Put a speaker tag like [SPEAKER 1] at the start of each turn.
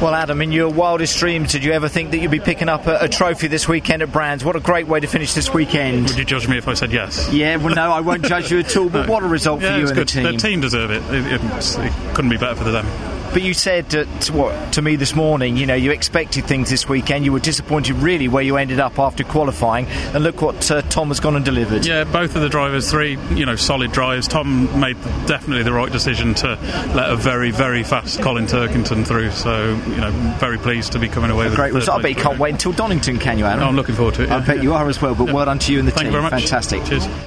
[SPEAKER 1] Well, Adam, in your wildest dreams, did you ever think that you'd be picking up a, a trophy this weekend at Brands? What a great way to finish this weekend.
[SPEAKER 2] Would you judge me if I said yes?
[SPEAKER 1] Yeah, well, no, I won't judge you at all, but
[SPEAKER 2] No.
[SPEAKER 1] what a result
[SPEAKER 2] yeah,
[SPEAKER 1] for you
[SPEAKER 2] it's
[SPEAKER 1] and
[SPEAKER 2] good.
[SPEAKER 1] the team.
[SPEAKER 2] team deserve it. It, it was- it couldn't be better for them.
[SPEAKER 1] But you said uh, to, what, to me this morning, you know, you expected things this weekend. You were disappointed, really, where you ended up after qualifying. And look what uh, Tom has gone and delivered.
[SPEAKER 2] Yeah, both of the drivers, three you know solid drives. Tom made definitely the right decision to let a very very fast Colin Turkington through. So you know, very pleased to be coming away with
[SPEAKER 1] Great
[SPEAKER 2] the third
[SPEAKER 1] result. I bet
[SPEAKER 2] place
[SPEAKER 1] you can't
[SPEAKER 2] for it.
[SPEAKER 1] wait until Donington, can you, Adam?
[SPEAKER 2] I'm looking forward to it.
[SPEAKER 1] I
[SPEAKER 2] yeah.
[SPEAKER 1] bet you are as well, but well done to you and the
[SPEAKER 2] Thank
[SPEAKER 1] team.
[SPEAKER 2] you very much.
[SPEAKER 1] Fantastic.
[SPEAKER 2] Cheers.